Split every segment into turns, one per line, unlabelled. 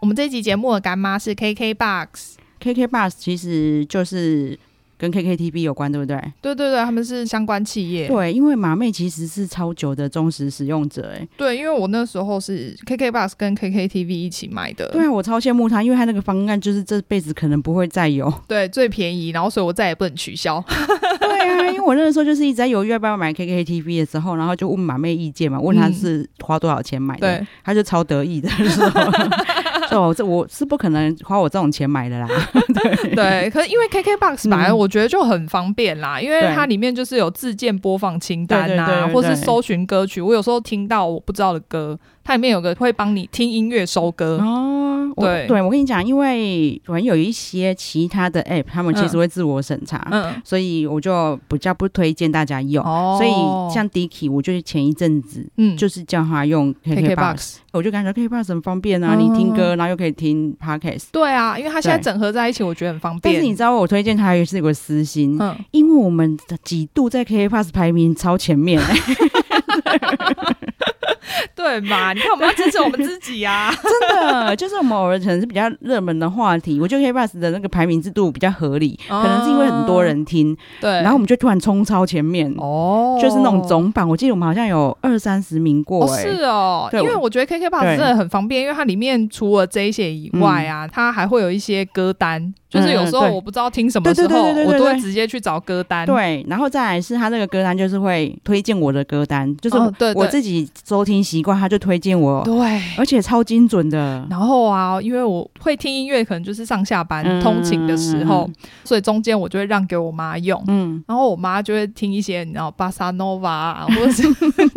我们这集节目的干妈是 KKBOX，
KK Bus 其实就是跟 KKTV 有关，对不对？
对对对，他们是相关企业。
对，因为马妹其实是超久的忠实使用者，哎，
对因为我那时候是 KKBOX 跟 KKTV 一起买的，
对啊，我超羡慕她，因为她那个方案就是这辈子可能不会 再有。
对最便宜，然后所以我再也不能取 消。
对啊，因为我那个时候就是一直在犹豫要不要买 KKTV 的时候，然后就问马妹意见嘛，问她是花多少钱买的，
嗯对，
她就超得意的说：“ 说我这我是不可能花我这种钱买的啦。
对，可是因为 KKBOX
嗯
本来我觉得就很方便啦，因为
对
它里面就是有自建播放清单啊，
对对对对
或是搜寻歌曲。我有时候听到我不知道的歌，它里面有个会帮你听音乐收”歌。
哦，我
对
对我跟你讲，因为可能有一些其他的 app，他们其实会自我审查，
嗯，
所以我就比较不推荐大家用。
哦
所以像 Dicky，我就是前一阵子
嗯
就是叫他用 KKBox，
KKBox。
我就感觉 KKBox 很方便啊，
嗯
你听歌然后又可以听 Podcast。
对啊，因为它现在
对
整合在一起，我觉得很方
但
便。
是你知道我推荐他也是有个私心，
嗯，
因为我们几度在 KKBox 排名超 前面、
对嘛？你看我们要支持我们自己啊。
真的，就是我们偶尔可能是比较热门的话题，我觉得 KKBox 的那个排名制度比较合理，
哦
可能是因为很多人听，
对，
然后我们就突然冲超前面，
哦，
就是那种总榜，我记得我们好像有二三十名过、
哦，
欸，
是哦，
对
因为
我
我觉得 KKBox
对嗯
真的很方便，因为它里面除了这一些以外啊，它还会有一些歌单，就是有时候
嗯嗯对
我不知道听什么时
对
候
对对，对对
我
对
都会直接去找歌单。
对，然后再来是他那个歌单，就是会推荐我的歌单，就是
哦对对
我自己收听习惯，他就推荐我，
对。
而且超精准的。
然后啊，因为我会听音乐，可能就是上下班、
嗯
通勤的时候，所以中间我就会让给我妈用，
嗯，
然后我妈就会听一些你知道巴萨诺瓦啊，或者是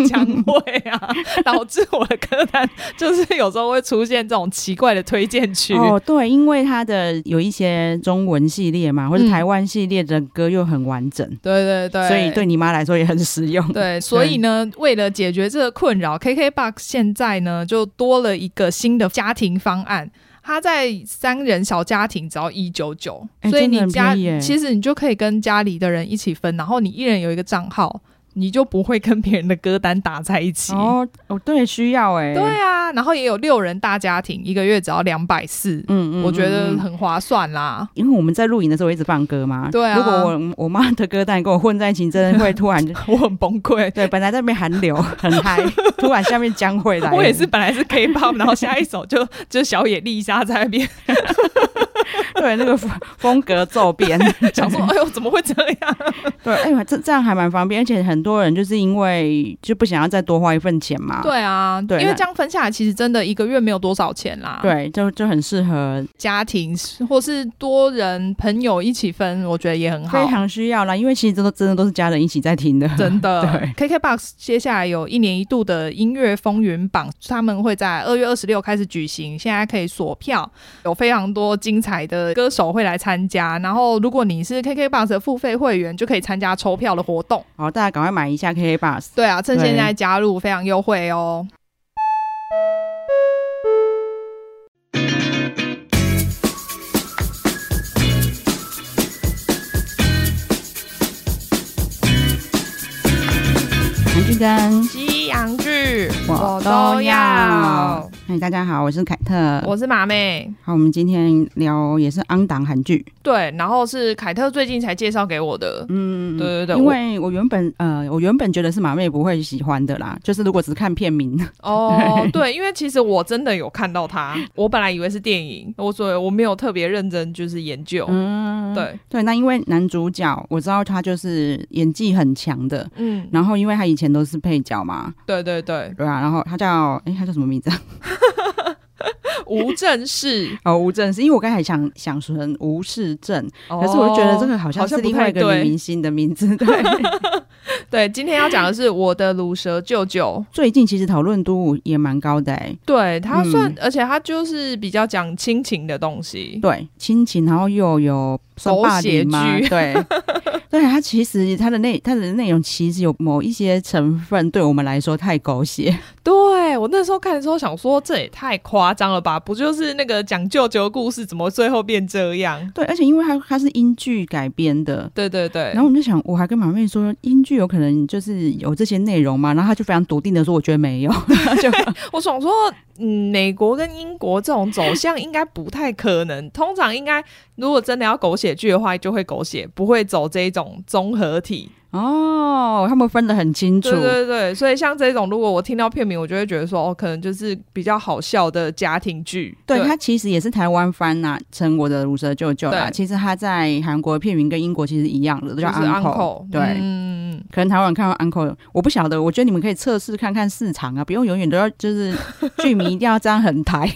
江蕙 啊，导致我的歌单就是有时候会出现这种奇怪的推荐曲。
哦，对，因为他的有一些中文系列嘛，或者
嗯
台湾系列的歌又很完整，
对对对，
所以对你妈来说也很实用。
对，所以呢，为了解决这个困扰，KKBOX 现在呢就多了一个新的家庭方案。它在三人小家庭只要一九九，
哎
所以你
真的
家
很便宜耶
其实你就可以跟家里的人一起分，然后你一人有一个账号，你就不会跟别人的歌单打在一起。
哦，哦，对，需要哎、
对啊，然后也有六人大家庭，一个月只要两百四，
嗯，嗯嗯，
我觉得
嗯。
很划算啦。
因为我们在录影的时候我一直放歌嘛，
对啊
如果我我妈的歌单跟我混在一起，真的会 突然就，
我很崩溃
对，本来在那边寒流很嗨，突然下面将会来了，
我也是本来是 K-pop，然后下一首就 就小野丽莎在那边
对那个风风格骤变，
想说，哎呦，怎么会这样？
对，哎、呦，这这样还蛮方便，而且很多人就是因为就不想要再多花一份钱嘛，
对啊，
对
因为
那
这样分下来，其实真的一个月没有多少钱啦。，
对，就就很适合，
家庭或是多人朋友一起分，我觉得也很好
非。常需要啦，因为其实这都真的都是家人一起在听的，
真的
对
，KKBOX 接下来有一年一度的音乐风云榜，他们会在二月二十六开始举行，现在可以锁票，有非常多精彩的歌手会来参加。然后，如果你是 KKBOX 的付费会员，就可以参加抽票的活动。
好，大家赶快买一下 KK Bus。
对啊，趁
对
现在加入非常优惠哦。
韩剧跟
西洋剧
我都要。嗨，哎大家好，我是凯特。
我是马妹，
好，我们今天聊也是昂档韩剧。
对，然后是凯特最近才介绍给我的，
嗯，
对对对
因为我原本呃，我原本觉得是马妹不会喜欢的啦，就是如果只看片名，
哦，对，因为其实我真的有看到他，我本来以为是电影，我所以我没有特别认真就是研究，
嗯，
对，
对，那因为男主角我知道他就是演技很强的，
嗯，
然后因为他以前都是配角嘛，
对对对，
对啊，然后他叫诶，他叫什么名字啊？
无正事，
哦，吴正是因为我刚才想想说成吴世正，
可
可是我就觉得这个好像是
哦像不
另外
太
一个女
对，
明星的名字。对，
对，今天要讲的是我的卤蛇舅舅，
最近其实讨论度也蛮高的诶，
对他
嗯
算，而且他就是比较讲亲情的东西，
对，亲情，然后又有算
狗
霸
血
凌吗？
剧
对， 对，它其实它的内它的内容其实有某一些成分对我们来说太狗血，
对我那时候看的时候想说，这也太夸张了吧？不就是那个讲舅舅的故事，怎么最后变这样？
对，而且因为它它是英剧改编的。
对对对，
然后我们就想，我还跟马妹说，英剧有可 能就是有这些内容嘛，然后她就非常笃定的说，我觉得没有，
我想说，嗯，美国跟英国这种走向应该不太可能。通常应该，如果真的要狗血剧的话，就会狗血，不会走这一种综合体。
哦，他们分得很清楚。
对对对，所以像这种，如果我听到片名，我就会觉得说，哦，可能就是比较好笑的家庭剧。
对，它其实也是台湾翻呐、成我的乳蛇舅舅啦。
对
其实它在韩国的片名跟英国其实一样的，都
就
叫
是
uncle。对，
嗯，
可能台湾人看到 uncle，我不晓得，我觉得你们可以测试看看市场啊，不用永远都要就是剧迷一定要这样很 台。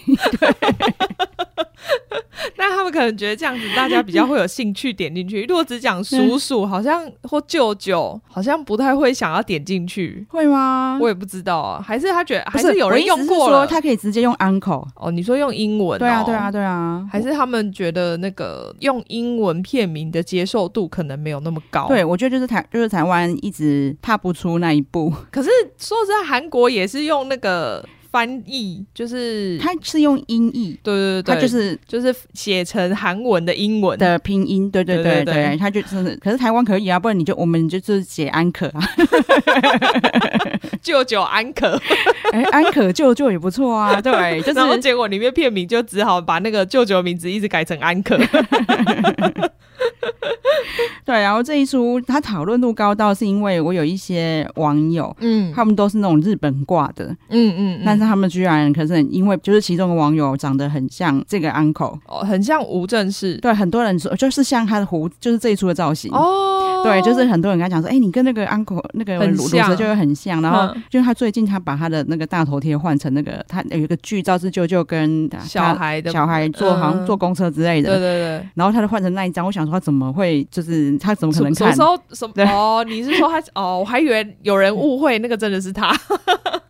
那他们可能觉得这样子大家比较会有兴趣点进去。如果只讲
嗯
叔叔，好像或舅舅，好像不太会想要点进去。
会吗？
我也不知道啊，还是他觉得还
嗯不是
有人用过
我意思是说
了。
他可以直接用 uncle。
哦，你说用英文、哦？
对啊，对啊，。对啊。
还是他们觉得那个用英文片名的接受度可能没有那么高。
对，，我觉得就是台就是台湾一直踏不出那一步，
可是说实在，韩国也是用那个翻译， 就是
它是用音译，
对对对，
它就是
就是写成韩文的英文。
的拼音，对对
对
对
对对
对，它就是，可是台湾可以啊，不然你就我们就是写安可啊，
舅舅安可，
哎，安可舅舅也不错啊，对，就
然后
是
结果里面片名就只好把那个舅舅的名字一直改成安可。
对，然后这一出它讨论度高到是因为我有一些网友。
嗯
他们都是那种日本挂的，
嗯嗯
但是他们居然可是很因为就是其中的网友长得很像这个 uncle，
哦，很像吴正式
对，很多人说就是像他的胡，就是这一出的造型，
哦，
对，就是很多人跟他讲说，哎、你跟那个 uncle 那个
很
鲁鲁
像
蛇就会很像，然后
嗯
就是他最近他把他的那个大头贴换成那个，他有一个剧照是舅舅跟他
小孩的，嗯
小孩坐、好像坐公车之类
对对
的，
对。
然后他就换成那一张，我想说他怎么会就是他怎么可
什
能
什么
看
时？候什么
对
哦？你是说他哦？我还以为有人误会那个真的是 他，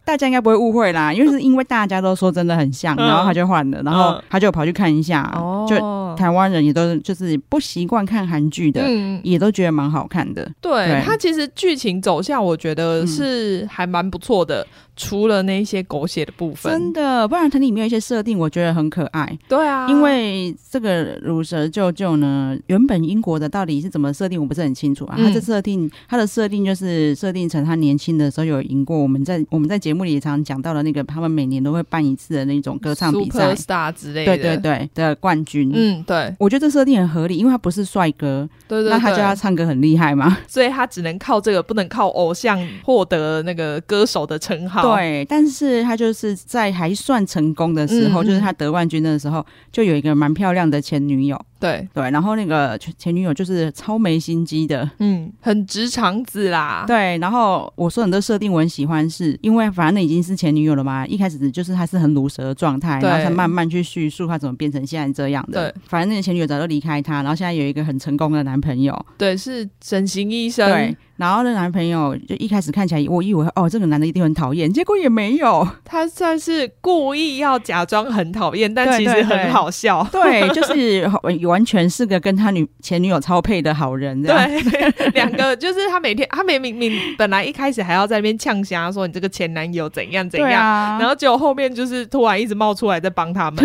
大家应该不会误会啦，因为是因为大家都说真的很像，
嗯
然后他就换了，然后
嗯哦
他就跑去看一下，就台湾人也都是就是不习惯看韩剧的，
嗯，
也都觉得蛮好看的。
对
对嗯
它其实剧情走向，我觉得是还蛮不错的，除了那些狗血的部
真
分。
的，不然它里面有一些设定，我觉得很可爱。
对啊，
因为这个乳蛇舅舅呢，原本英国的到底是怎么设定，我不是很清楚啊。
嗯
他这设定，他的设定就是设定成他年轻的时候有赢过我们在我们在节目里也常讲到的那个，他们每年都会办一次的那种歌唱比赛，
Superstar 之类的，
对对，对的冠军。
嗯，对
我觉得这设定很合理，因为他不是帅哥，
对对，
那他就
对
要唱歌很厉害嘛。
所以他只能靠这个，不能靠偶像获得那个歌手的称号。，
对，但是他就是在还算成功的时候，
嗯嗯
就是他得冠军的时候，就有一个蛮漂亮的前女友。
对，
对，然后那个前前女友就是超没心机的，
嗯，很直肠子啦。
对，然后我说很多设定我很喜欢是，因为反正已经是前女友了嘛，一开始就是她是很毒舌的状态，
对
然后才慢慢去叙述她怎么变成现在这样的。
对，
反正那个前女友早就离开她，然后现在有一个很成功的男朋友。
对，是整形医生。
对，然后那男朋友就一开始看起来我以为哦这个男的一定很讨厌，结果也 没有。
他算是故意要假装很讨厌，但
对
其实
对
很
对
好笑。
对，就是哦完全是个跟他女前女友超配的好人。这样，
对，两个就是他每天，他明明明本来一开始还要在那边呛瞎说你这个前男友怎样怎
对
样，
啊，
然后结果后面就是突然一直冒出来在帮他们，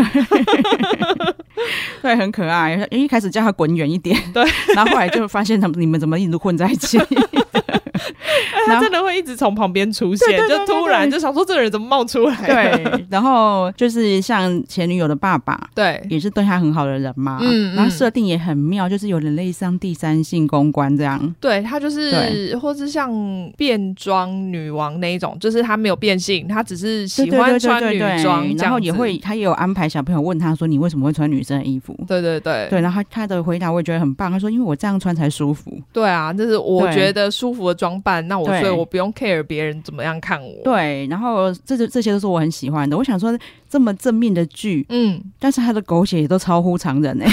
对，很可爱。因为一开始叫他滚远一点，
对，
然后后来就发现他们你们怎么一直混在 一起？然
他
后
真的会一直从旁边出现，
对对对对
就突然就想说这个人怎么冒出来？
对， 然后就是像前女友的爸爸。
对
也是对他很好的人嘛，
哎嗯嗯
然后设定也很妙，就是有点类似像第三性公关这样，
对，他就是
对
或是像变装女王那一种，就是他没有变性，他只是喜
对
欢
对对
穿
对
女
对对
装，这
然后
样
也
子
会他也有安排小朋友问他说你为什么会穿女生的衣服，
对对对
对，然后他他的回答我也觉得很棒，他说因为我这样穿才舒服，
对啊，就是我
对
觉得舒服的装扮，那我
对
所以我不用 care 别人怎么样看我。，
对，然后这就这些都是我很喜欢的，我想说这么正面的剧，
嗯，
但是他的狗血也都超乎常人哎、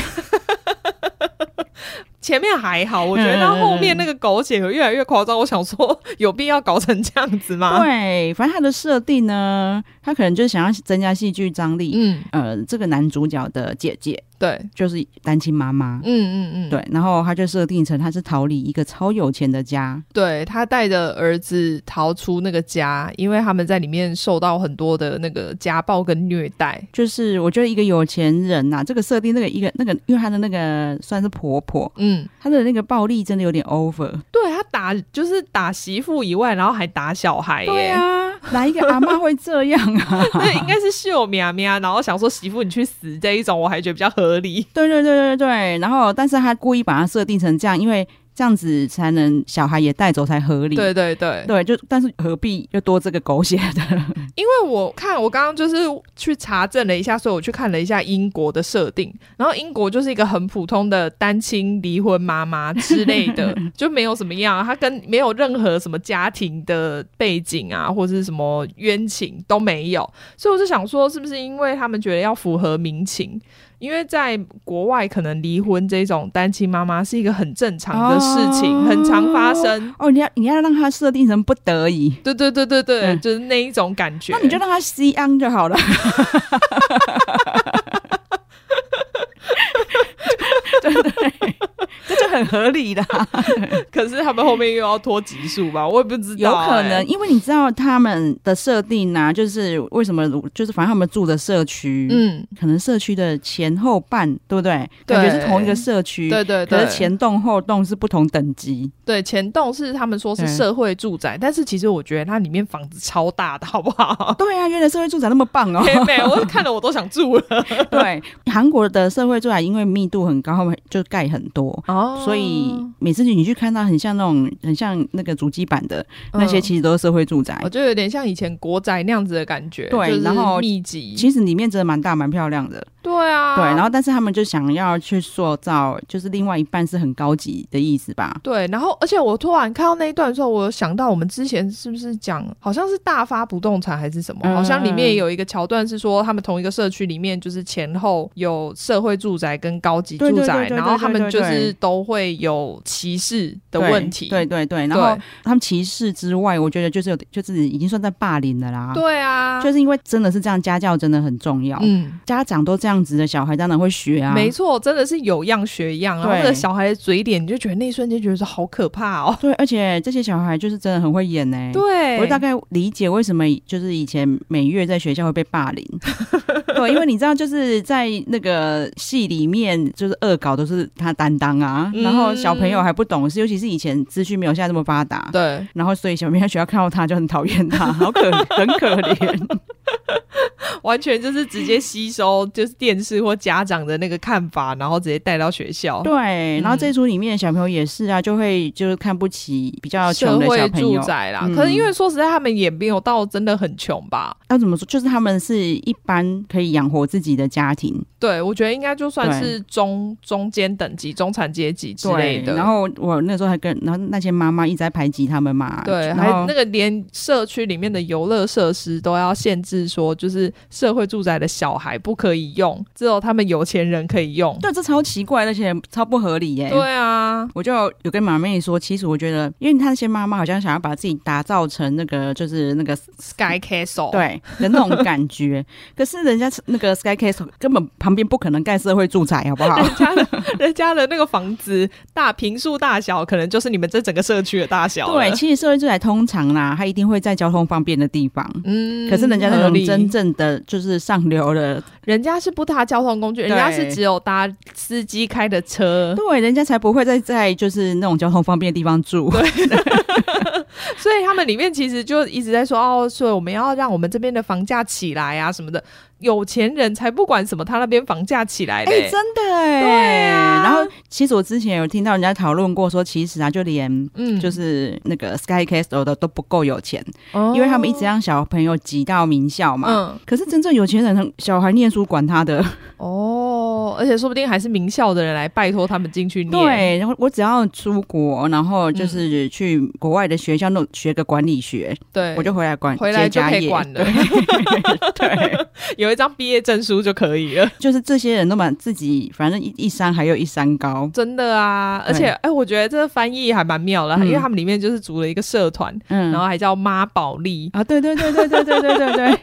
前面还好，我觉得到后面那个狗血有越来越夸张，我想说 有必要搞成这样子吗？
对，反正他的设定呢，他可能就是想要增加戏剧张力，
嗯，
呃，这个男主角的姐姐
对，
就是单亲妈妈
嗯，嗯嗯，
对，然后他就设定成他是逃离一个超有钱的家，
对，他带着儿子逃出那个家，因为他们在里面受到很多的那个家暴跟虐待。
就是我觉得一个有钱人呐、这个设定那个一个那个，因为他的那个算是婆婆，
嗯，
她的那个暴力真的有点 over，
对他打就是打媳妇以外，然后还打小孩耶。
啊，哪一个阿妈会这样啊？
那应该是秀喵喵，然后想说媳妇你去死这一种，我还觉得比较合理。
对对对对对，然后但是他故意把它设定成这样，因为这样子才能小孩也带走才合理。
对对对，
对，就但是何必又多这个狗血的？
因为我看我刚刚就是去查证了一下，所以我去看了一下英国的设定，然后英国就是一个很普通的单亲离婚妈妈之类 的，就没有什么样，她跟没有任何什么家庭的背景啊，或是什么冤情都没有，所以我就想说，是不是因为他们觉得要符合民情？因为在国外，可能离婚这种单亲妈妈是一个很正常的事情，
哦
很常发生。
哦，你要你要让他设定成不得已，
对对对对对，
嗯
就是那一种感觉。
那你就让他吸安就 好了。对对对，这就很合理的啊、
可是他们后面又要拖集数吧？我也不知
有
道、
可
欸
能，因为你知道他们的设定啊，就是为什么，就是反正他们住的社区，，
嗯，
可能社区的前后半，对不对？
对
感觉是同一个社区，
对对
可
对，
是前栋后栋是不同等级，
对前栋是他们说是
对
社会住宅，但是其实我觉得它里面房子超大的，好不 好？
对啊，原来社会住宅那么棒哦。
天 美，我看了我都想住了。
对，韩国的社会住宅因为密度很高，就盖很多，
哦
所以每次你去看到很像那种很像那个主机版的
嗯
那些，其实都是社会住宅
我。哦就有点像以前国宅那样子的感觉，
对
就是
然后
密集，
其实里面真的蛮大蛮漂亮的，
对啊，
对。然后，但是他们就想要去塑造，就是另外一半是很高级的意思吧？
对，然后而且我突然看到那一段的时候，我有想到我们之前是不是讲，好像是大发不动产还是什么，
嗯
好像里面也有一个桥段是说，他们同一个社区里面就是前后有社会住宅跟高级
对
住
对
宅，
对对
然后他们
对对
就
对
是都会有歧视的
对
问题，
对对对。然
对
后他们歧视之外，我觉得就是有，就是已经算在霸凌了啦。，
对啊，
就是因为真的是这样，家教真的很重要。
嗯。
家长都这样子的小孩，当然会学啊。
没错，真的是有样学样，然后
对
那个小孩的嘴脸，你就觉得那一瞬间觉得说好可怕哦。
对，而且这些小孩就是真的很会演呢、欸
对，
我大概理解为什么就是以前每月在学校会被霸凌，对，因为你知道就是在那个戏里面，就是恶搞都是他担当啊，
嗯
然后小朋友还不懂事，尤其是以前资讯没有现在这么发达，
对，
然后所以小朋友在学校看到他就很讨厌他，好可很可 怜，
完全就是直接吸收就是电视或家长的那个看法，然后直接带到学校。
哦对，然后
嗯
这一组里面的小朋友也是啊，就会就是看不起比较
社
啊穷的小
会
朋
住
友，
宅啦。
嗯
可是因为说实在，他们也没有到真的很穷吧？
要怎么说，就是他们是一般可以养活自己的家庭，
对，我觉得应该就算
对
是中中间等级、中产阶级之类
对，
的。
然后我那时候还跟，然后那些妈妈一直在排挤他们嘛。
对，
然
还
后
那个连社区里面的游乐设施都要限制，说就是社会住宅的小孩不可以用，只有他们有钱人可以用。
对，这超奇怪，而且超不合理耶、
对啊，
我就有跟马妹说，其实我觉得，因为他那些妈妈好像想要把自己打造成那个，就是那个
Sky Castle，，
对的那种感觉。 可是人家那个 Sky Case 根本旁边不可能盖社会住宅，好 不好？
人家的人家的那个房子大平数大小，可能就是你们这整个社区的大小了。
对，其实社会住宅通常啦，它一定会在交通方便的地方。
嗯
可是人家那
合
种
理
真正的就是上流的，
人家是不搭交通工具，人家是只有搭司机开的车，
对，人家才不会再在就是那种交通方便的地方住。
所以他们里面其实就一直在说哦，所以我们要让我们这边的房价起来啊什么的。有钱人才不管什么，他那边房价起来嘞、
哎、真的哎、
对啊
然后其实我之前有听到人家讨论过说其实啊，就连。
嗯
就是那个 Sky Castle 的都不够有钱，
哦
因为他们一直让小朋友挤到名校嘛。
嗯
可是真正有钱人，小孩念书管他的。
哦，而且说不定还是名校的人来拜托他们进去念。，嗯
对，然后我只要出国，然后就是去国外的学校弄学个管理学，
对
我就回来管
回来就
接家
可以
业
管了，
对，
有一张毕业证书就可以了。
就是这些人都把自己反正一一山还有一山高。
真的啊，而且
对
哎、我觉得这个翻译还蛮妙的，
嗯
因为他们里面就是组了一个社团，
嗯，
然后还叫妈宝莉。
啊，对对对对对对对对对。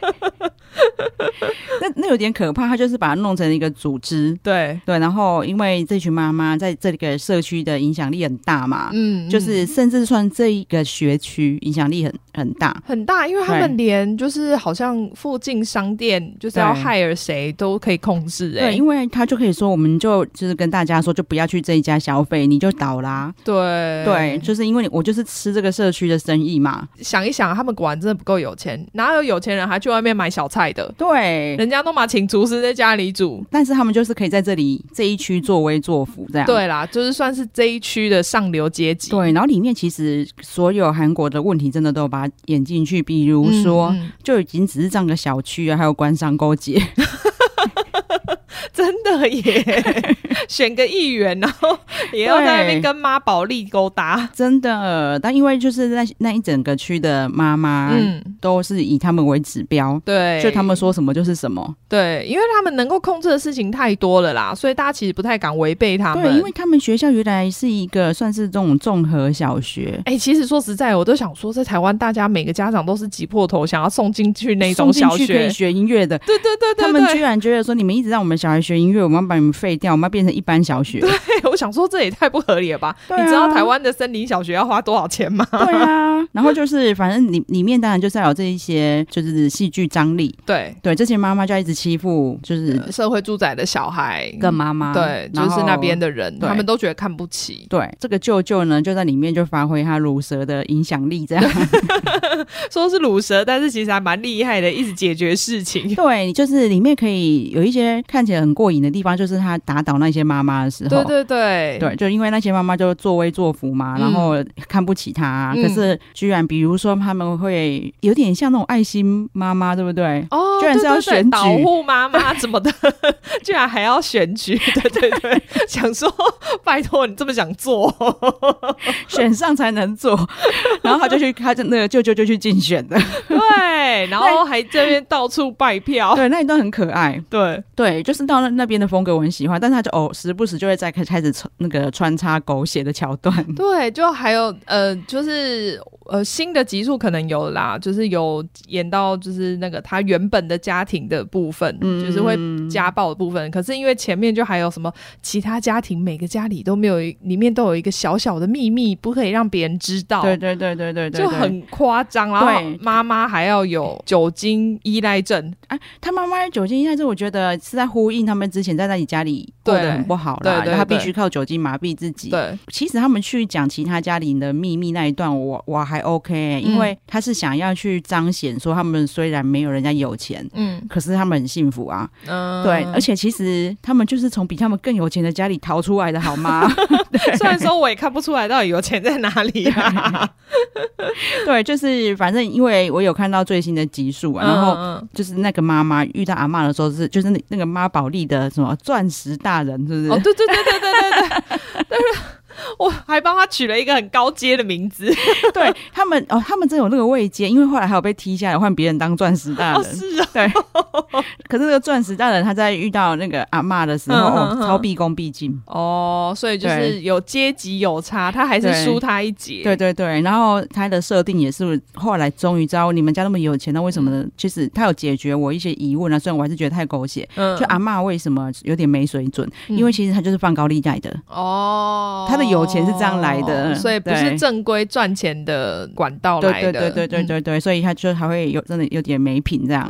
那那有点可怕，他就是把它弄成一个组织。
对，
对，然后因为这群妈妈在这个社区的影响力很大嘛，
嗯，
啊就是甚至算这一个学区影响力很很大。
很大，因为他
对
们连就是好像附近商店就是要
对
hire 谁都可以控制、
对，
欸，
因为他就可以说，我们就就是跟大家说，就不要去这一家消费，你就倒啦。
对
对，就是因为你我就是吃这个社区的生意嘛。
想一想，他们果然真的不够有钱，哪有有钱人还去外面买小菜的？
对，
人家都嘛请厨师在家里煮。
但是他们就是可以在这里这一区作威作福这样。
对啦，就是算是这一区的上流阶级。
啊对，然后里面其实所有韩国的问题真的都有把它演进去，比如
嗯
说、
嗯
就已经只是这样个小区啊，还有官商勾结，
真的耶，选个议员，然后也要在那边跟妈宝莉勾搭。
真的。但因为就是那那一整个区的妈妈，
嗯，
都是以他们为指标，
对，
就他们说什么就是什么。
对，因为他们能够控制的事情太多了啦，所以大家其实不太敢违背他们。
对，因为他们学校原来是一个算是这种综合小学。
哎、其实说实在，我都想说，在台湾，大家每个家长都是挤破头想要送进去那种
送进
小
去可
学
以。学音乐的，
对对对
他
对
们居
对，
然觉得说你们一直让我们小孩学音乐，我们要把你们废掉，我们要变成一般小学。
我想说这也太不合理了吧？
对啊
你知道台湾的森林小学要花多少钱吗？
对啊，然后就是反正里里面当然就是要有这一些就是戏剧张力，
对，
对，这些妈妈就要一直欺负就是
社会住宅的小孩，
个妈妈，
呃对，就
然后
是那边。的人，
对
他们都觉得看不起，
对，这个舅舅呢，就在里面就发挥他乳蛇的影响力，这样。
说是乳蛇，但是其实还蛮厉害的，一直解决事情。
对，就是里面可以有一些看起来很过瘾的地方，就是他打倒那些妈妈的时候，
对对对
对，就因为那些妈妈就作威作福嘛，
嗯
然后看不起他、
嗯
可是居然比如说他们会有点像那种爱心妈妈，对不对？
哦，
居然是要
对对对
选举
保护妈妈怎么的， 居然还要选 举，对对对，想说拜托你这么想做，
选上才能做， 然后他就去，他就那个舅舅就去竞选的。
对，然后还这边到处拜票，
对，那一段很可爱。
对
哦对，就是到那那边的风格我很喜欢，但是他就偶时不时就会再开开始穿那个穿插狗血的桥段。
对，就还有呃，就是呃新的集数可能有啦，就是有演到就是那个他原本的家庭的部分，就是会
嗯
家暴的部分，可是因为前面就还有什么其他家庭，每个家里都没有一里面都有一个小小的秘密，不可以让别人知道，
对对对对对对，
就
对
很夸张，然
对
后妈妈还要有酒精依赖症，
啊，他妈妈的酒精依赖症，我觉得是在呼应他们之前在自己家里过得
对
很不好啦，
对对
他必
对
须靠酒精麻痹自己。
对
其实他们去讲其他家里的秘密那一段，我我还 OK，、因为他是想要去彰显说他们虽然没有人家有钱，
嗯
可是他们很幸福啊。
嗯
对，而且其实他们就是从比他们更有钱的家里逃出来的，好吗？
虽然说我也看不出来到底有钱在哪里 啊，
对，就是反正因为我有看到最新的 集数
嗯
啊，然后。
后
就是那个妈妈遇到阿嬷的时候是，就是那那个妈宝莉的什么钻石大人，是不是？
哦对对对对对对对，但是我还帮他取了一个很高阶的名字，
对他们哦，他们真有那个位阶，因为后来还有被踢下来换别人当钻石大 人。
哦是啊，
对，可是那个钻石大人他在遇到那个阿嬷的时候，
嗯
哦
嗯嗯
超毕恭毕敬。
哦，所以就是有阶级有差，他还是
对
输他一截，
对对对，然后他的设定也是后来终于知道你们家那么有钱，那为什么
嗯
呢？其实他有解决我一些疑问啊，虽然我还是觉得太狗血。
嗯
就阿嬷为什么有点没水准？
嗯
因为其实他就是放高利贷的，
哦，
他的有钱是这样来的
所以不
对
是正规赚钱的管道
对
来
对
的，
对对对
嗯
对对，所以他就还会有真的有点没品 这样。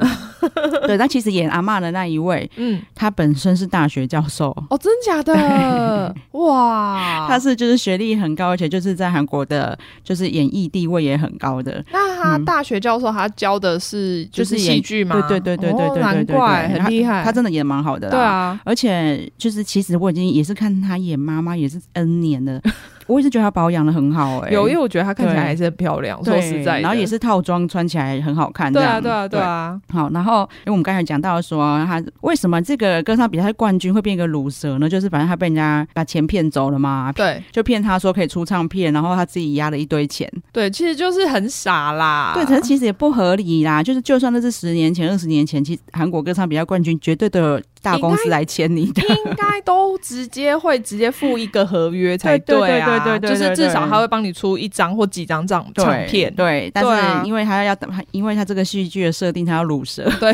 对，但其实演阿嬷的那一位，
嗯。
他本身是大学教授，
哦，真假的？哇！
他是就是学历很高，而且就是在韩国的，就是演艺地位也很高的。
那他大学教授，他教的是
嗯就是演
戏剧吗？
对对对对对
哦
对对对
难
对，
怪
对
很厉害。
他，他真的演得蛮好的啦。
嗯对。啊，
而且就是，其实我已经也是看他演妈妈也是 N 年了， 我也是觉得他保养的很好哎、
有，因为我觉得她看起来
对
还是很漂亮。
对
说实在的，
然后也是套装穿起来很好看这
对
样。
啊，对啊，对啊，
好，然后因为我们刚才讲到说他为什么这个歌唱比赛冠军会变一个卤蛇呢？就是反正他被人家把钱骗走了嘛，
对
就骗他说可以出唱片，然后他自己压了一堆钱。
对，其实就是很傻啦。
对，可是其实也不合理啦。就是就算那是十年前、二十年前，其实韩国歌唱比赛冠军绝对都有大公司来签你的。
应该都直接会直接付一个合约才
对对
啊，
对对对对
就是
对
至少他会帮你出一张或几张唱
对
唱片。
对，但
对啊
是因为他要，因为他这个戏剧的设定，他要卤蛇，
对，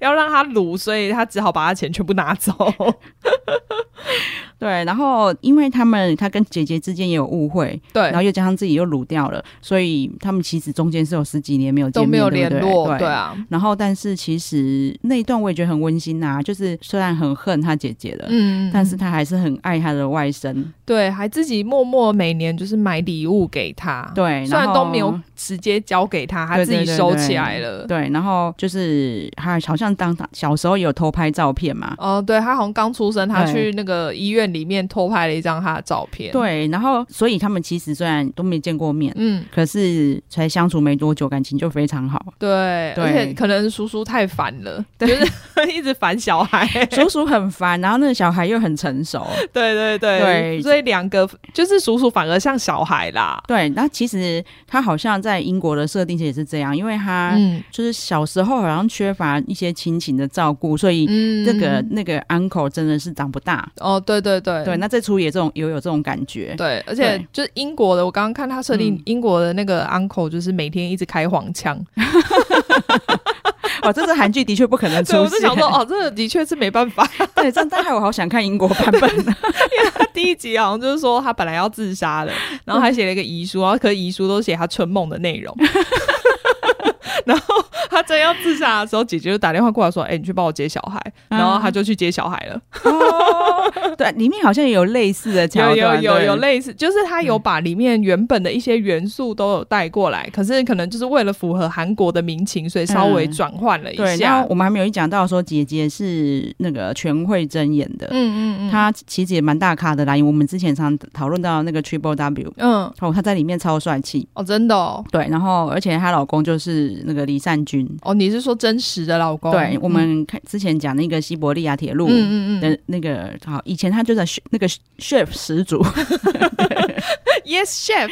要让他撸，所以他只好把他钱全部拿 走。
对，然后因为他们他跟姐姐之间也有误会，
对
然，后又加上自己又卤掉了，所以他们其实中间是有十几年没有见
都
面，
没有
对
联
不对
络，
对
对。啊，
然后，但是其实那一段我也觉得很温馨呐、就是虽然很恨他姐姐了，
嗯，
但是他还是很爱他的外甥，
对，还自己默默每年就是买礼物给他，，
对，
虽然
后
都没有直接交给他，他
对
自己
对对
收
对
起来了。
对，然后就是他好像当他小时候也有偷拍照片嘛，
哦，对他好像刚出生，他
对
去那个医院里面偷拍了一张他的照片。，
对，然后所以他们其实虽然都没见过面，
嗯，。
可是才相处没多久，感情就非常好
对，而且
对
可能叔叔太烦了，就是一直烦小孩。
叔叔很烦，然后那个小孩又很成熟，
对对对，
对
所以两个就是叔叔反而像小孩啦。
对。那其实他好像在英国的设定也是这样，因为他
嗯
就是小时候好像缺乏一些亲情的照顾，所以
嗯
这个、那个 uncle 真的是长不大。
哦，对对对
对，那这出也这种也有这种感觉。
对，而且
对
就是英国的，我刚刚看他设定
嗯
英国的那个 uncle，就是每天一直开黄腔。
哦，这是韩剧的确不可 能出
对，
现。
我就想说，哦，这的确是没办法。
对，这样但害我好想看英国版 本。
他 第一集好像就是说他本来要自杀的，然后还写了一个遗书，然后可是遗书都写他春梦的内容。 然后他真要自杀的时候，姐姐就打电话过来说：“哎、你去帮我接小孩。”然后
嗯
他就去接小孩了。
哦，对，里面好像也有类似的桥
有有
段，
有
对嗯
有类似，就是他有把里面原本的一些元素都有带过来，可是可能就是为了符合韩国的民情，所以稍微
嗯
转换了一
对。然
下
后。我们还没有一讲到说姐姐是那个全慧珍演的，
嗯嗯嗯，
她其实也蛮大咖的啦。因为我们之前常讨论到那个 Triple W，
嗯
哦，她在里面超帅气。
哦，真的哦
对，然后而且她老公就是那个李善均，
哦，你是说真实的老公？
对我们看之前讲那个西伯利亚铁路。
哦嗯嗯嗯嗯
的那个好，以前他就在 chef- 那个 chef 始祖
，Yes Chef，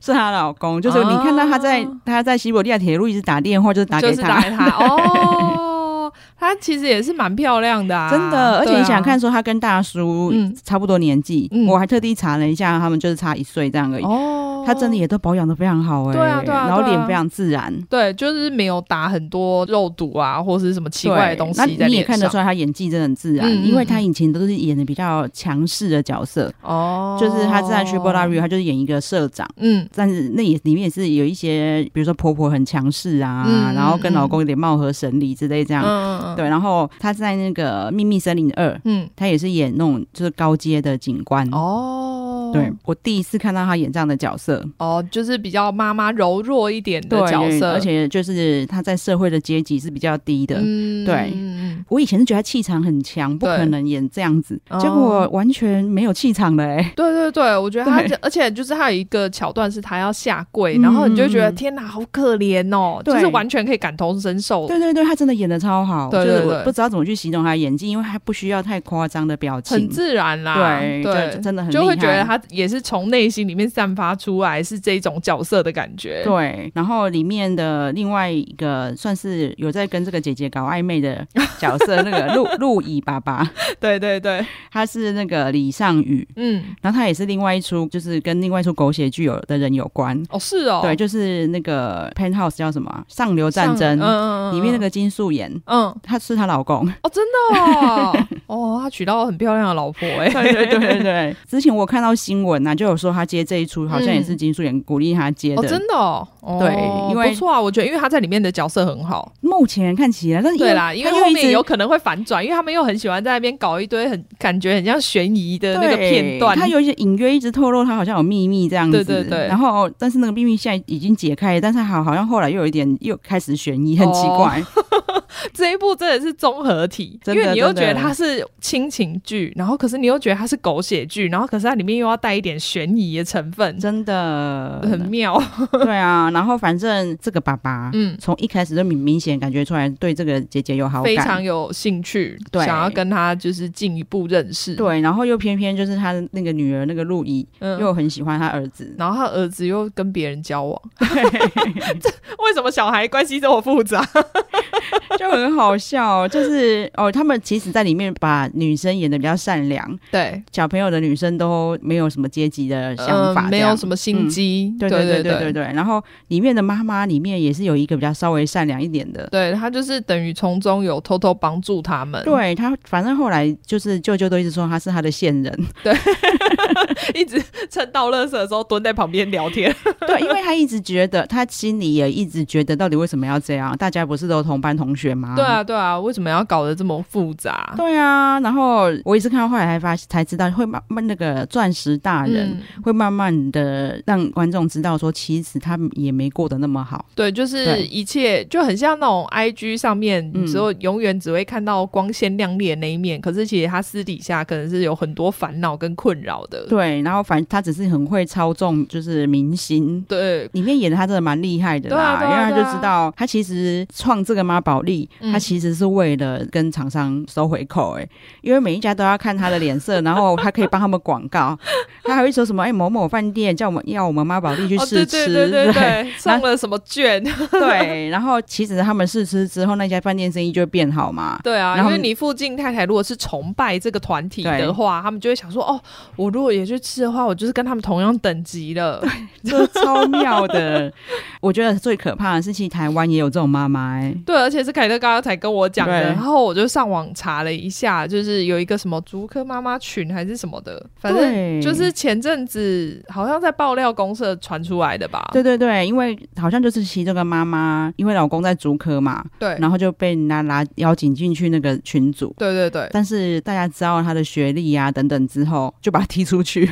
是她老公，就是
哦
你看到他在他在西伯利亚铁路一直打电话，就是打
就
给
是打给 他哦。她其实也是蛮漂亮的啊，
真的，而且
对啊
你想想看，说他跟大叔
嗯
差不多年纪，
嗯
我还特地查了一下，他们就是差一岁这样而已。
哦，
他嗯真的也都保养的非常好哎、
对啊对啊
然后
对啊
脸非常自然，
对，就是没有打很多肉毒啊，或是什么奇
对
怪的东西在脸
那
上。
你也看得出来他演技真的很自然，
嗯嗯
因为他以前都是演的比较强势的角色，
哦，
就是他在《t r i p l e W》他就是演一个社长。
嗯
但是那也里面也是有一些，比如说婆婆很强势啊，
嗯嗯
然后跟老公有点貌合神离之类这
嗯
样。
嗯嗯，
对，然后他在那个《秘密森林二》，
嗯
他也是演那种就是高阶的警官。
哦，
嗯对我第一次看到他演这样的角色，
哦，就是比较妈妈柔弱一点的
对
角色，
而且就是他在社会的阶级是比较低的。
嗯
对
嗯
我以前是觉得他气场很强，不
对
可能演这样子，
哦
结果完全没有气场了、欸。
对对对，我觉得他
对，
而且就是他有一个桥段是他要下跪，
嗯
然后你就觉得
嗯嗯
天哪，好可怜哦，
对
就是完全可以感同身受。
对对对，他真的演的超好，
对对
就是
对
我不知道怎么去形容他的演技，因为他不需要太夸张的表情，
很自然啦，
对
对
就，真的很
就会
厉害
觉得他也是从内心里面散发出来是这种角色的感觉。
对，然后里面的另外一个算是有在跟这个姐姐搞暧昧的角色，那个 陆陆乙爸爸，
对对对，
他是那个李尚宇，
嗯，
然后他也是另外一出，就是跟另外一出狗血剧有的人有关。
哦是哦，
对，就是那个 Penthouse 叫什么啊、上流战
上
争》
嗯嗯嗯，
里面
嗯。
那个金素妍，
嗯，
她是她老公。
哦，真的哦，哦，他娶到很漂亮的老婆哎、
对对对对对。之前我有看到新闻啊，就有说她接这一出，好像也是金素妍鼓励她接
嗯哦，
的。
真的哦，哦
对因为
不错啊，我觉得，因为他在里面的角色很好，
目前看起来，但是
对啦，因为
她
后
又一
面
直
有可能会反转，因为他们又很喜欢在那边搞一堆很感觉很像悬疑的那个
对
片段，
他有一些隐约一直透露他好像有秘密这样子，
对对对
然后，但是那个秘密现在已经解开了，但是好好像后来又有一点又开始悬疑，很奇
哦
怪。
这一部真的是综合体，因
真的
为你又觉得
真的
它是亲情剧，然后可是你又觉得它是狗血剧，然后可是它里面又要带一点悬疑的成分，
真的，
很 妙。
对啊。然后反正这个爸爸，
嗯，
从一开始就明明显感觉出来对这个姐姐有好
非常
感。
有兴趣，
对
想要跟他就是进一步认识。，
对，然后又偏偏就是他的那个女儿那个陆怡、
嗯
又很喜欢他儿子，
然后他儿子又跟别人交往，这为什么小孩关系这么复杂？
就很好笑、哦，就是哦，他们其实在里面把女生演的比较善良，
对，
小朋友的女生都没有什么阶级的想
嗯，
法，
没有什么
么。
心机，
对
对
对对对
对
对对，然后里面的妈妈里面也是有一个比较稍微善良一点的，
对他就是等于从中有偷偷帮助他们，，
对她，反正后来就是舅舅都一直说她是她的线人，
一直趁到垃圾的时候蹲在旁边聊天，
对，因为她一直觉得她心里也一直觉得到底为什么要这样，大家不是都同班同学吗？
对啊对啊，为什么要搞得这么复杂？
对啊，然后我也是看到后来才发才知道，会慢慢那个钻石大人、
嗯
会慢慢的让观众知道说，其实他们也没过得那么好。
对，就是
对
一切就很像那种 I G 上面，
嗯
你只有永远只会看到光鲜亮丽的那一面，可是其实他私底下可能是有很多烦恼跟困扰的。
对，然后反正他只是很会操纵，就是明星。
对
里面演的他真的蛮厉害的啦，
对啊对啊
因为他就知道他其实创这个妈宝莉，
嗯
他其实是为了跟厂商收回扣哎、欸因为每一家都要看他的脸色，然后他可以帮他们广 告，他还会说什么哎、某某饭店叫我们要我们妈宝莉去
哦，对
试吃，
对对对对，送了什么券？
对，然后其实他们试吃之后，那家饭店生意就会变好嘛。
对啊，
然
因
后
为你附近太太如果是崇拜这个团体
对
的话，他们就会想说，哦，我如果也去吃的话，我就是跟他们同样等级 了。
这超妙的。我觉得最可怕的是，其实台湾也有这种妈妈、欸，
对，而且是凯特刚刚才跟我讲的，
对
然后我就上网查了一下，就是有一个什么竹科妈妈群还是什么的，反正
对
就是前阵子好像在爆料公社传出来的吧。
对对对，因为好像就是其中个妈妈，因为老公在竹科嘛，
对
然后就被人家拉邀请进去那个群组。
对对对，
但是大家知道他的学历啊等等之后，就把他踢出去。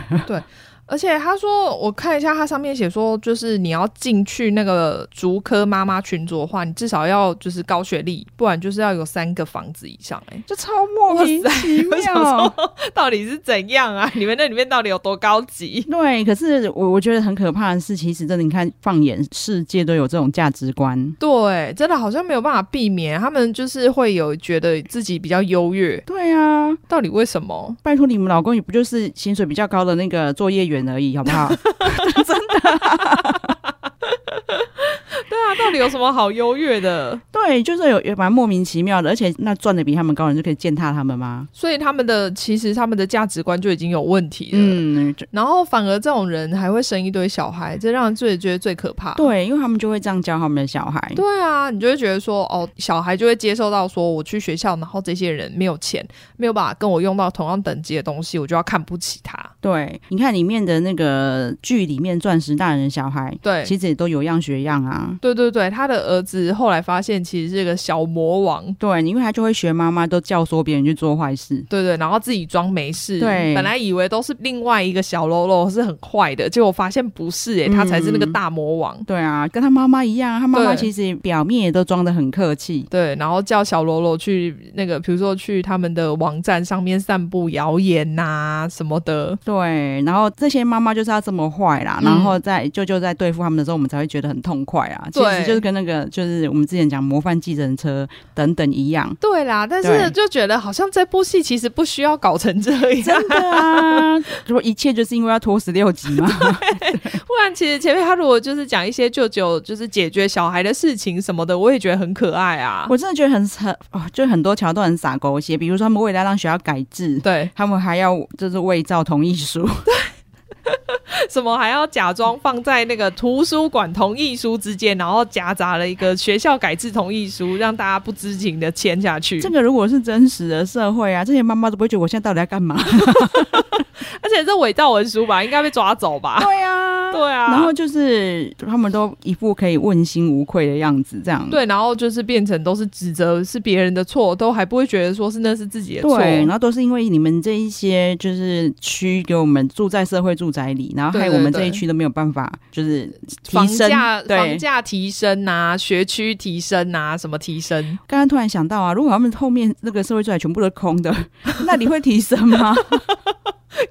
而且他说，我看一下他上面写说，就是你要进去那个竹科妈妈群组的话，你至少要就是高学历，不然就是要有三个房子以上、 欸。
就超 莫名其
我想
妙。
说，到底是怎样啊？你们那里面到底有多高级？
对，可是我我觉得很可怕的是，其实真的，你看放眼世界都有这种价值观。
对，真的好像没有办法避免，他们就是会有觉得自己比较优越，
对啊，
到底为什么？
拜托你们老公也不就是薪水比较高的那个作业员而已，好不好？
对啊，到底有什么好优越的？
对，就是有也蛮莫名其妙的，而且那赚的比他们高的人就可以践踏他们吗？
所以他们的其实他们的价值观就已经有问题了。
嗯，就
然后反而这种人还会生一堆小孩，这让人最觉得最可怕。
对，因为他们就会这样教他们的小孩。
对啊，你就会觉得说，哦，小孩就会接受到说，我去学校，然后这些人没有钱，没有办法跟我用到同样等级的东西，我就要看不起他。
对，你看里面的那个剧里面钻石大人的小孩，
对，
其实也都有样学样啊。
对对对，他的儿子后来发现其实是个小魔王。
对，因为他就会学妈妈都教唆别人去做坏事。
对对，然后自己装没事。
对
本来以为都是另外一个小喽啰是很坏的，结果发现不是诶、他才是那个大魔王。
对啊，跟他妈妈一样，他妈妈
对
其实表面也都装得很客气。
对，然后叫小喽啰去那个，比如说去他们的网站上面散布谣言呐、什么的。
对，然后这些妈妈就是要这么坏啦，
嗯
然后在舅舅在对付他们的时候，我们才会觉得很痛快啊。其
对。
实就是跟那个就是我们之前讲《模范计程车》等等一样
对啦，但是
对
就觉得好像这部戏其实不需要搞成这样，
真的啊， 如果一切就是因为要拖十六集嘛，
不然其实前面他如果就是讲一些舅舅就是解决小孩的事情什么的，我也觉得很可爱啊。
我真的觉得很很哦，就很多桥段很傻狗血，比如说他们为了要让学校改制。
对，
他们还要就是伪造同意书，
什么还要假装放在那个图书馆同意书之间，然后夹杂了一个学校改制同意书，让大家不知情的签下去。
这个如果是真实的社会啊，这些妈妈都不会觉得我现在到底在干嘛。
而且这伪造文书吧，应该被抓走吧？
对 啊，
对啊，
然后就是他们都一副可以问心无愧的样子，这样。
对，然后就是变成都是指责是别人的错，都还不会觉得说是那是自己的错。
对，然后都是因为你们这一些就是区给我们住在社会住宅里，然后害
对对
我们这
对
一区都没有办法就是提
房
升。
价
对
房价提升呐、学区提升呐、什么提升？
刚刚突然想到啊，如果他们后面那个社会住宅全部都 空的，那你会提升吗？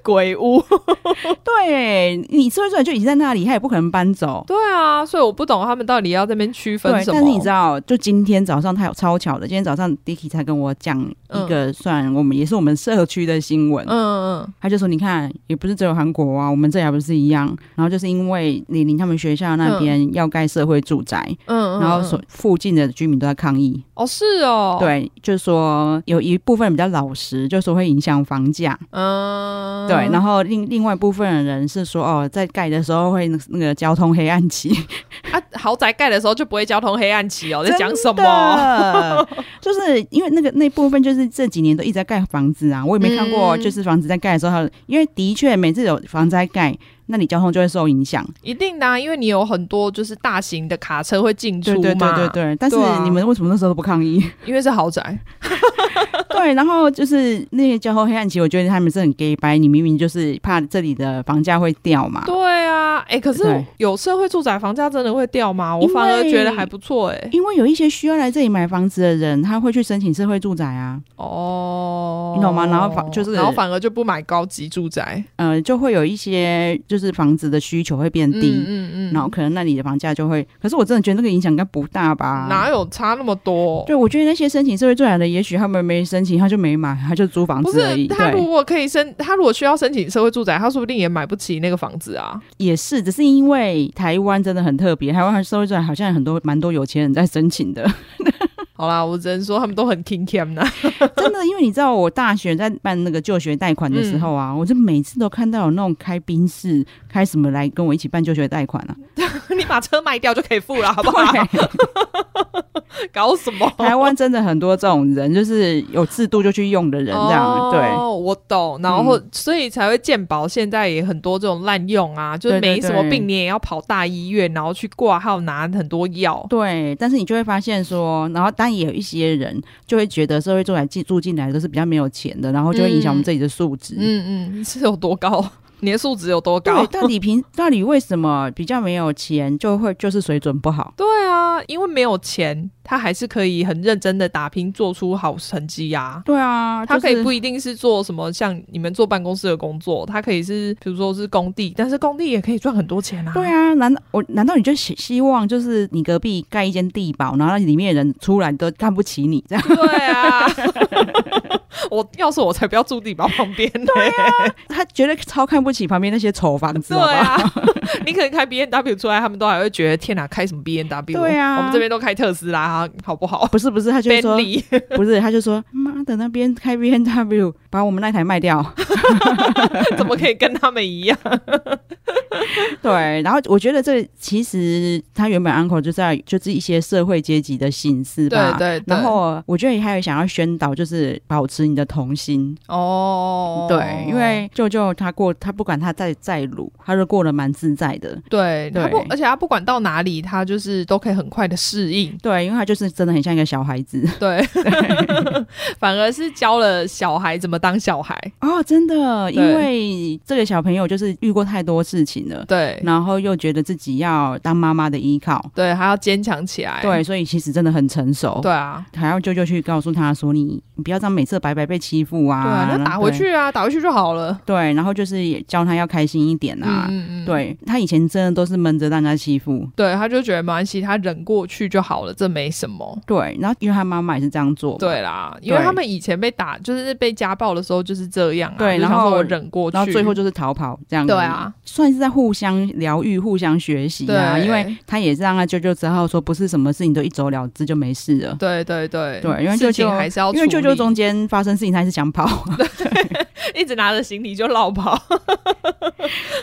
鬼屋。
对你社会住宅就已经在那里，他也不可能搬走。
对啊，所以我不懂他们到底要这边区分
对，
什么。
但是你知道，就今天早上他有超巧的，今天早上 Dicky 才跟我讲一个算我们、也是我们社区的新闻，
嗯嗯嗯嗯
他就说：“你看，也不是只有韩国啊，我们这里还不是一样。”然后就是因为李宁他们学校那边要盖社会住宅，
嗯，
然后
嗯
所附近的居民都在抗议，
哦是哦，，
对，就说有一部分比较老实，就说会影响房价，
嗯，
对，然后另另外部分的人是说哦，在盖的时候会那那个交通黑暗期，
啊，豪宅盖的时候就不会交通黑暗期哦，在讲什么？
么？就是因为那个那部分就是这几年都一直在盖房子啊，我也没看过，
嗯
就是房子在盖的时候，它因为的确每次有房子在盖，那你交通就会受影响。
一定的、啊，因为你有很多就是大型的卡车会进出
对
嘛，
对对对啊对，但是
对啊
你们为什么那时候都不抗议？
因为是豪宅，
对，然后就是那些交通黑暗期，我觉得他们是很 gay 白，你明明就是怕这里的房价会掉嘛。
对啊，哎、可是
对
有社会住宅房价真的会掉吗？我
因为
反而觉得还不错哎、
因为有一些需要来这里买房子的人，他会去申请社会住宅啊，
哦，
你懂吗然后反就是
然后反而就不买高级住宅，
呃，就会有一些就是房子的需求会变低，
嗯
然后可能那里的房价就会，可是我真的觉得那个影响应该不大吧？
哪有差那么多？
对，我觉得那些申请社会住宅的，也许他们没申请，他就没买，他就租房
不
子而
是
已。
他如
对，
果可以申，他如果需要申请社会住宅，他说不定也买不起那个房子 啊。
也是，只是因为台湾真的很特别，台湾社会住宅好像很多蛮多有钱人在申请 的，
好啦，我只能说他们都很啊 king cam 呐、
真的，因为你知道我大学在办那个就学贷款的时候啊，
嗯
我就每次都看到有那种开宾士、开什么来跟我一起办就学贷款 啊，
你把车卖掉就可以付 了，好不好？
对。
搞什么？
台湾真的很多这种人，就是有制度就去用的人，这样、对。嗯
哦，我懂，然后、所以才会健保现在也很多这种滥用啊，就是
对对
没什么
对
病你也要跑大医院，然后去挂号拿很多药。
对，但是你就会发现说，然后当然也有一些人就会觉得社会住宅进住进来都是比较没有钱的，然后就会影响我们自己的素质。
嗯嗯，是有多高？ 你的素质有多
对
高，？
到底凭到底为什么比较没有钱就会就是水准不好？
对啊，因为没有钱，他还是可以很认真的打拼，做出好成绩呀、
对啊，
他可
就
以
是
不一定是做什么，像你们做办公室的工作，他可以是比如说是工地，但是工地也可以赚很多钱啊。
对，啊，难道我难道你就希希望就是你隔壁盖一间地堡，然后里面的人出来都看不起你这样？
对啊， 我要是我才不要住地堡旁边呢、
他觉得超看不起旁边那些丑房子，
对
好不好？
啊，你可能开 B N W 出来，他们都还会觉得天哪，开什么 B N W？
对啊
我们这边都开特斯拉，好不好
不是不是，他就会说
便利，
不是，他就说妈的，那边开 B N W，把我们那台卖掉。
怎么可以跟他们一样？
对，然后我觉得这其实他原本 uncle 就在就是一些社会阶级的形式吧。
对对
然后我觉得还有想要宣导，就是保持你的童心。
哦，
对，因为舅舅他过，他不管他再再鲁，他就过得蛮自在的。
对他不
对，
而且他不管到哪里，他就是都可以很快的适应。
对，因为他就是真的很像一个小孩子
对， 反而是教了小孩怎么当小孩。
哦，真的，因
对
为这个小朋友就是遇过太多事情了，
对
然后又觉得自己要当妈妈的依靠，
对，还要坚强起来。
对，所以其实真的很成熟，
哎对啊，
还要舅舅去告诉他说你你不要这样每次白白被欺负啊，
对啊，那打回去啊，打回去就好了。
对，对，然后就是也教他要开心一点啊，
嗯嗯嗯，
对他以前真的都是闷着让人家欺负，
对，他就觉得没关系，他忍过去就好了，这没什么。
对，然后因为他妈妈也是这样做，，
对啦，因为
对
他们以前被打，就是被家暴的时候就是这样啊。
对
就想
然后
说我忍过去，
然后最后就是逃跑这样，
对啊，
算是在互相疗愈、互相学习啊，
对
因为他也是让他舅舅知道说不是什么事情都一走了之就没事了。
对对对
对因为舅
事
舅
情还是要处
因
理，
为舅舅中间发生事情，他还是想 跑，
一直拿着行李就绕跑。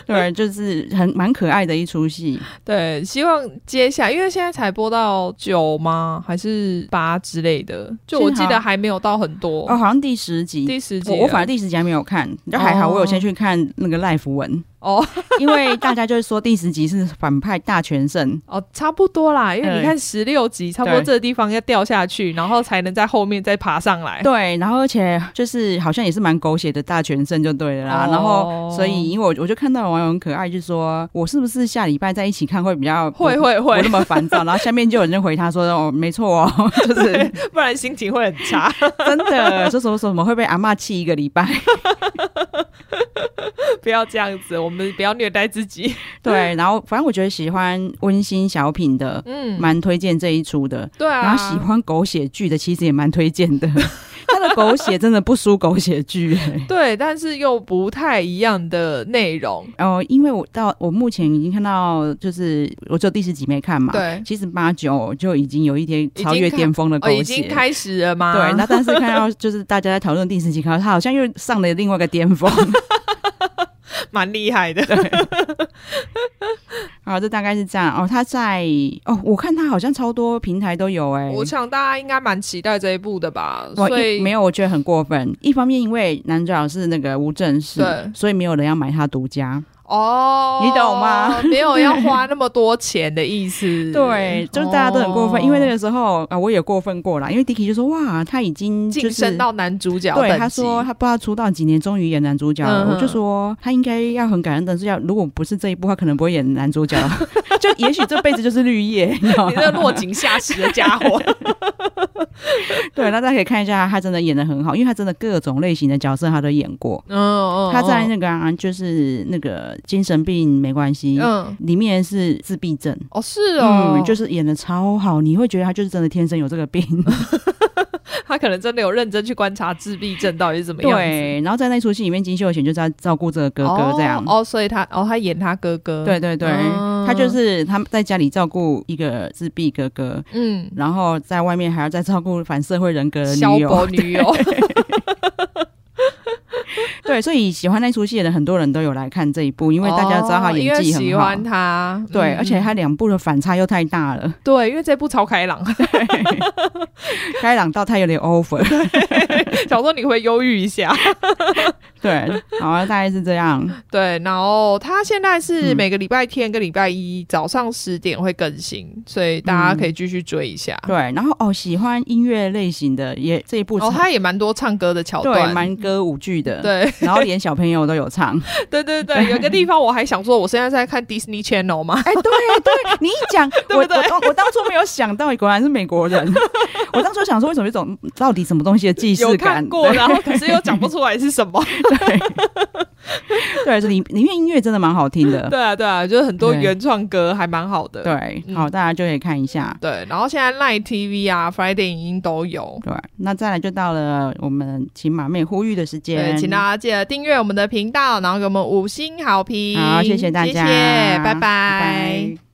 对，就是很蛮可爱的一出戏。
对，希望接下来，因为现在才播到九吗？还是八之类的？就我记
现在
得
好
还没有到很多。
哦，好像第十集，
第十集
我我反而第十集还没有看，就还好，
哦
我有先去看那个赖福文，
哦
因为大家就是说第十集是反派大全胜，
哦，差不多啦，因为你
对
看十六集，差不多
对
这个地方要掉下去，然后才能在后面再爬上来。
对，然后而且就是好像也是蛮狗血的大全胜就对了啦，
哦
然后所以因为我我就看到有网友很可爱，就说我是不是下礼拜在一起看会比较不
会会
不
会
那，么烦躁，然后下面就有人回他说哦没错哦， 就是
不然心情会很 差。
真的说什么什么会被阿嬷气一个礼拜，
不要这样子，我们不要虐待自 己。
对，然后反正我觉得喜欢温馨小品的。
嗯，
蛮推荐这一出的，
对啊，
然后喜欢狗血剧的，其实也蛮推荐的。它 的狗血真的不输狗血剧、欸。
对，但是又不太一样的内容。
哦，因为我到我目前已经看到，就是我只有第十集没看嘛，
对
其实八九就已经有一天超越巅峰的狗
哦，
血，
已经开始了吗？
对，然后但是看到就是大家在讨论第十集，看到他好像又上了另外一个巅 峰。
蛮厉害 的。
好，这大概是这样哦。他在哦，我看他好像超多平台都有哎、
我想大家应该蛮期待这一部的吧，
我
所以
一没有，我觉得很过分。一方面，因为男主角是那个吴正式
对，
所以没有人要买他独家。
哦，
你懂吗？
没有要花那么多钱的意思。
对，就是大家都很过分，
哦
因为那个时候啊、我也过分过啦，因为 Dicky 就说哇，他已经就
晋
是
升到男主角等级，
对，他说他不知道出道几年，终于演男主角了。
嗯哼
我就说他应该要很感恩的是，要如果不是这一部，他可能不会演男主角， 就也许这辈子就是绿叶。你知道 吗
你这落井下石的家 伙。
对，那大家可以看一下，他真的演的很好，因为他真的各种类型的角色他都演过。
嗯嗯，
他在
嗯
那个、啊、就是那个精神病没关系，
嗯，
里面是自闭症。
哦是哦，
嗯，就是是演的超好，你会觉得他就是真的天生有这个病。
他可能真的有认真去观察自闭症到底是怎么样子。
对，然后在那出戏里面，金秀贤就是要照顾这个哥哥这样。
哦，哦所以他哦，他演他哥哥，
对，对对，
嗯
他就是他在家里照顾一个自闭哥哥，
嗯，
然后在外面还要再照顾反社会人格的
萧
女友。
伯女友，
对，所以喜欢那出戏的很多人都有来看这一部，因为大家知道他
哦
演技
因为
很
喜
好。
欢他，
对，
嗯
而且他两部的反差又太大了，
对，因为这部超开朗，
开朗到他有点 over。
想说你会忧郁一下。
对，好，啊大概是这样。
对，然后他现在是
嗯
每个礼拜天跟礼拜一早上十点会更新，所以大家可
嗯
以继续追一下。
对，然后哦，喜欢音乐类型的也这一部
哦，
超
他也蛮多唱歌的桥
对
段，
蛮歌舞剧的，，
对
然后连小朋友都有唱。
对对对，有个地方我还想说，我现在在看 Disney Channel 吗？
哎，对对，你一讲，
对
我
不对
我当我当初没有想到，果然是美国人。 我当初想说，为什么有一种到底什么东西的既视
有
感
看？过，然后可是又讲不出来是什 么。
对对， 里里面音乐真的蛮好听的。
对啊，对啊，就是很多
对
原创歌还蛮好的。
对，
嗯
好，大家就可以看一下。
对，然后现在 Line TV 啊、Friday 影音都有。
对，那再来就到了我们请马妹呼吁的时间
对，。请大家记得订阅我们的频道，然后给我们五星好评。
好，谢谢大家，
谢谢，拜拜
拜拜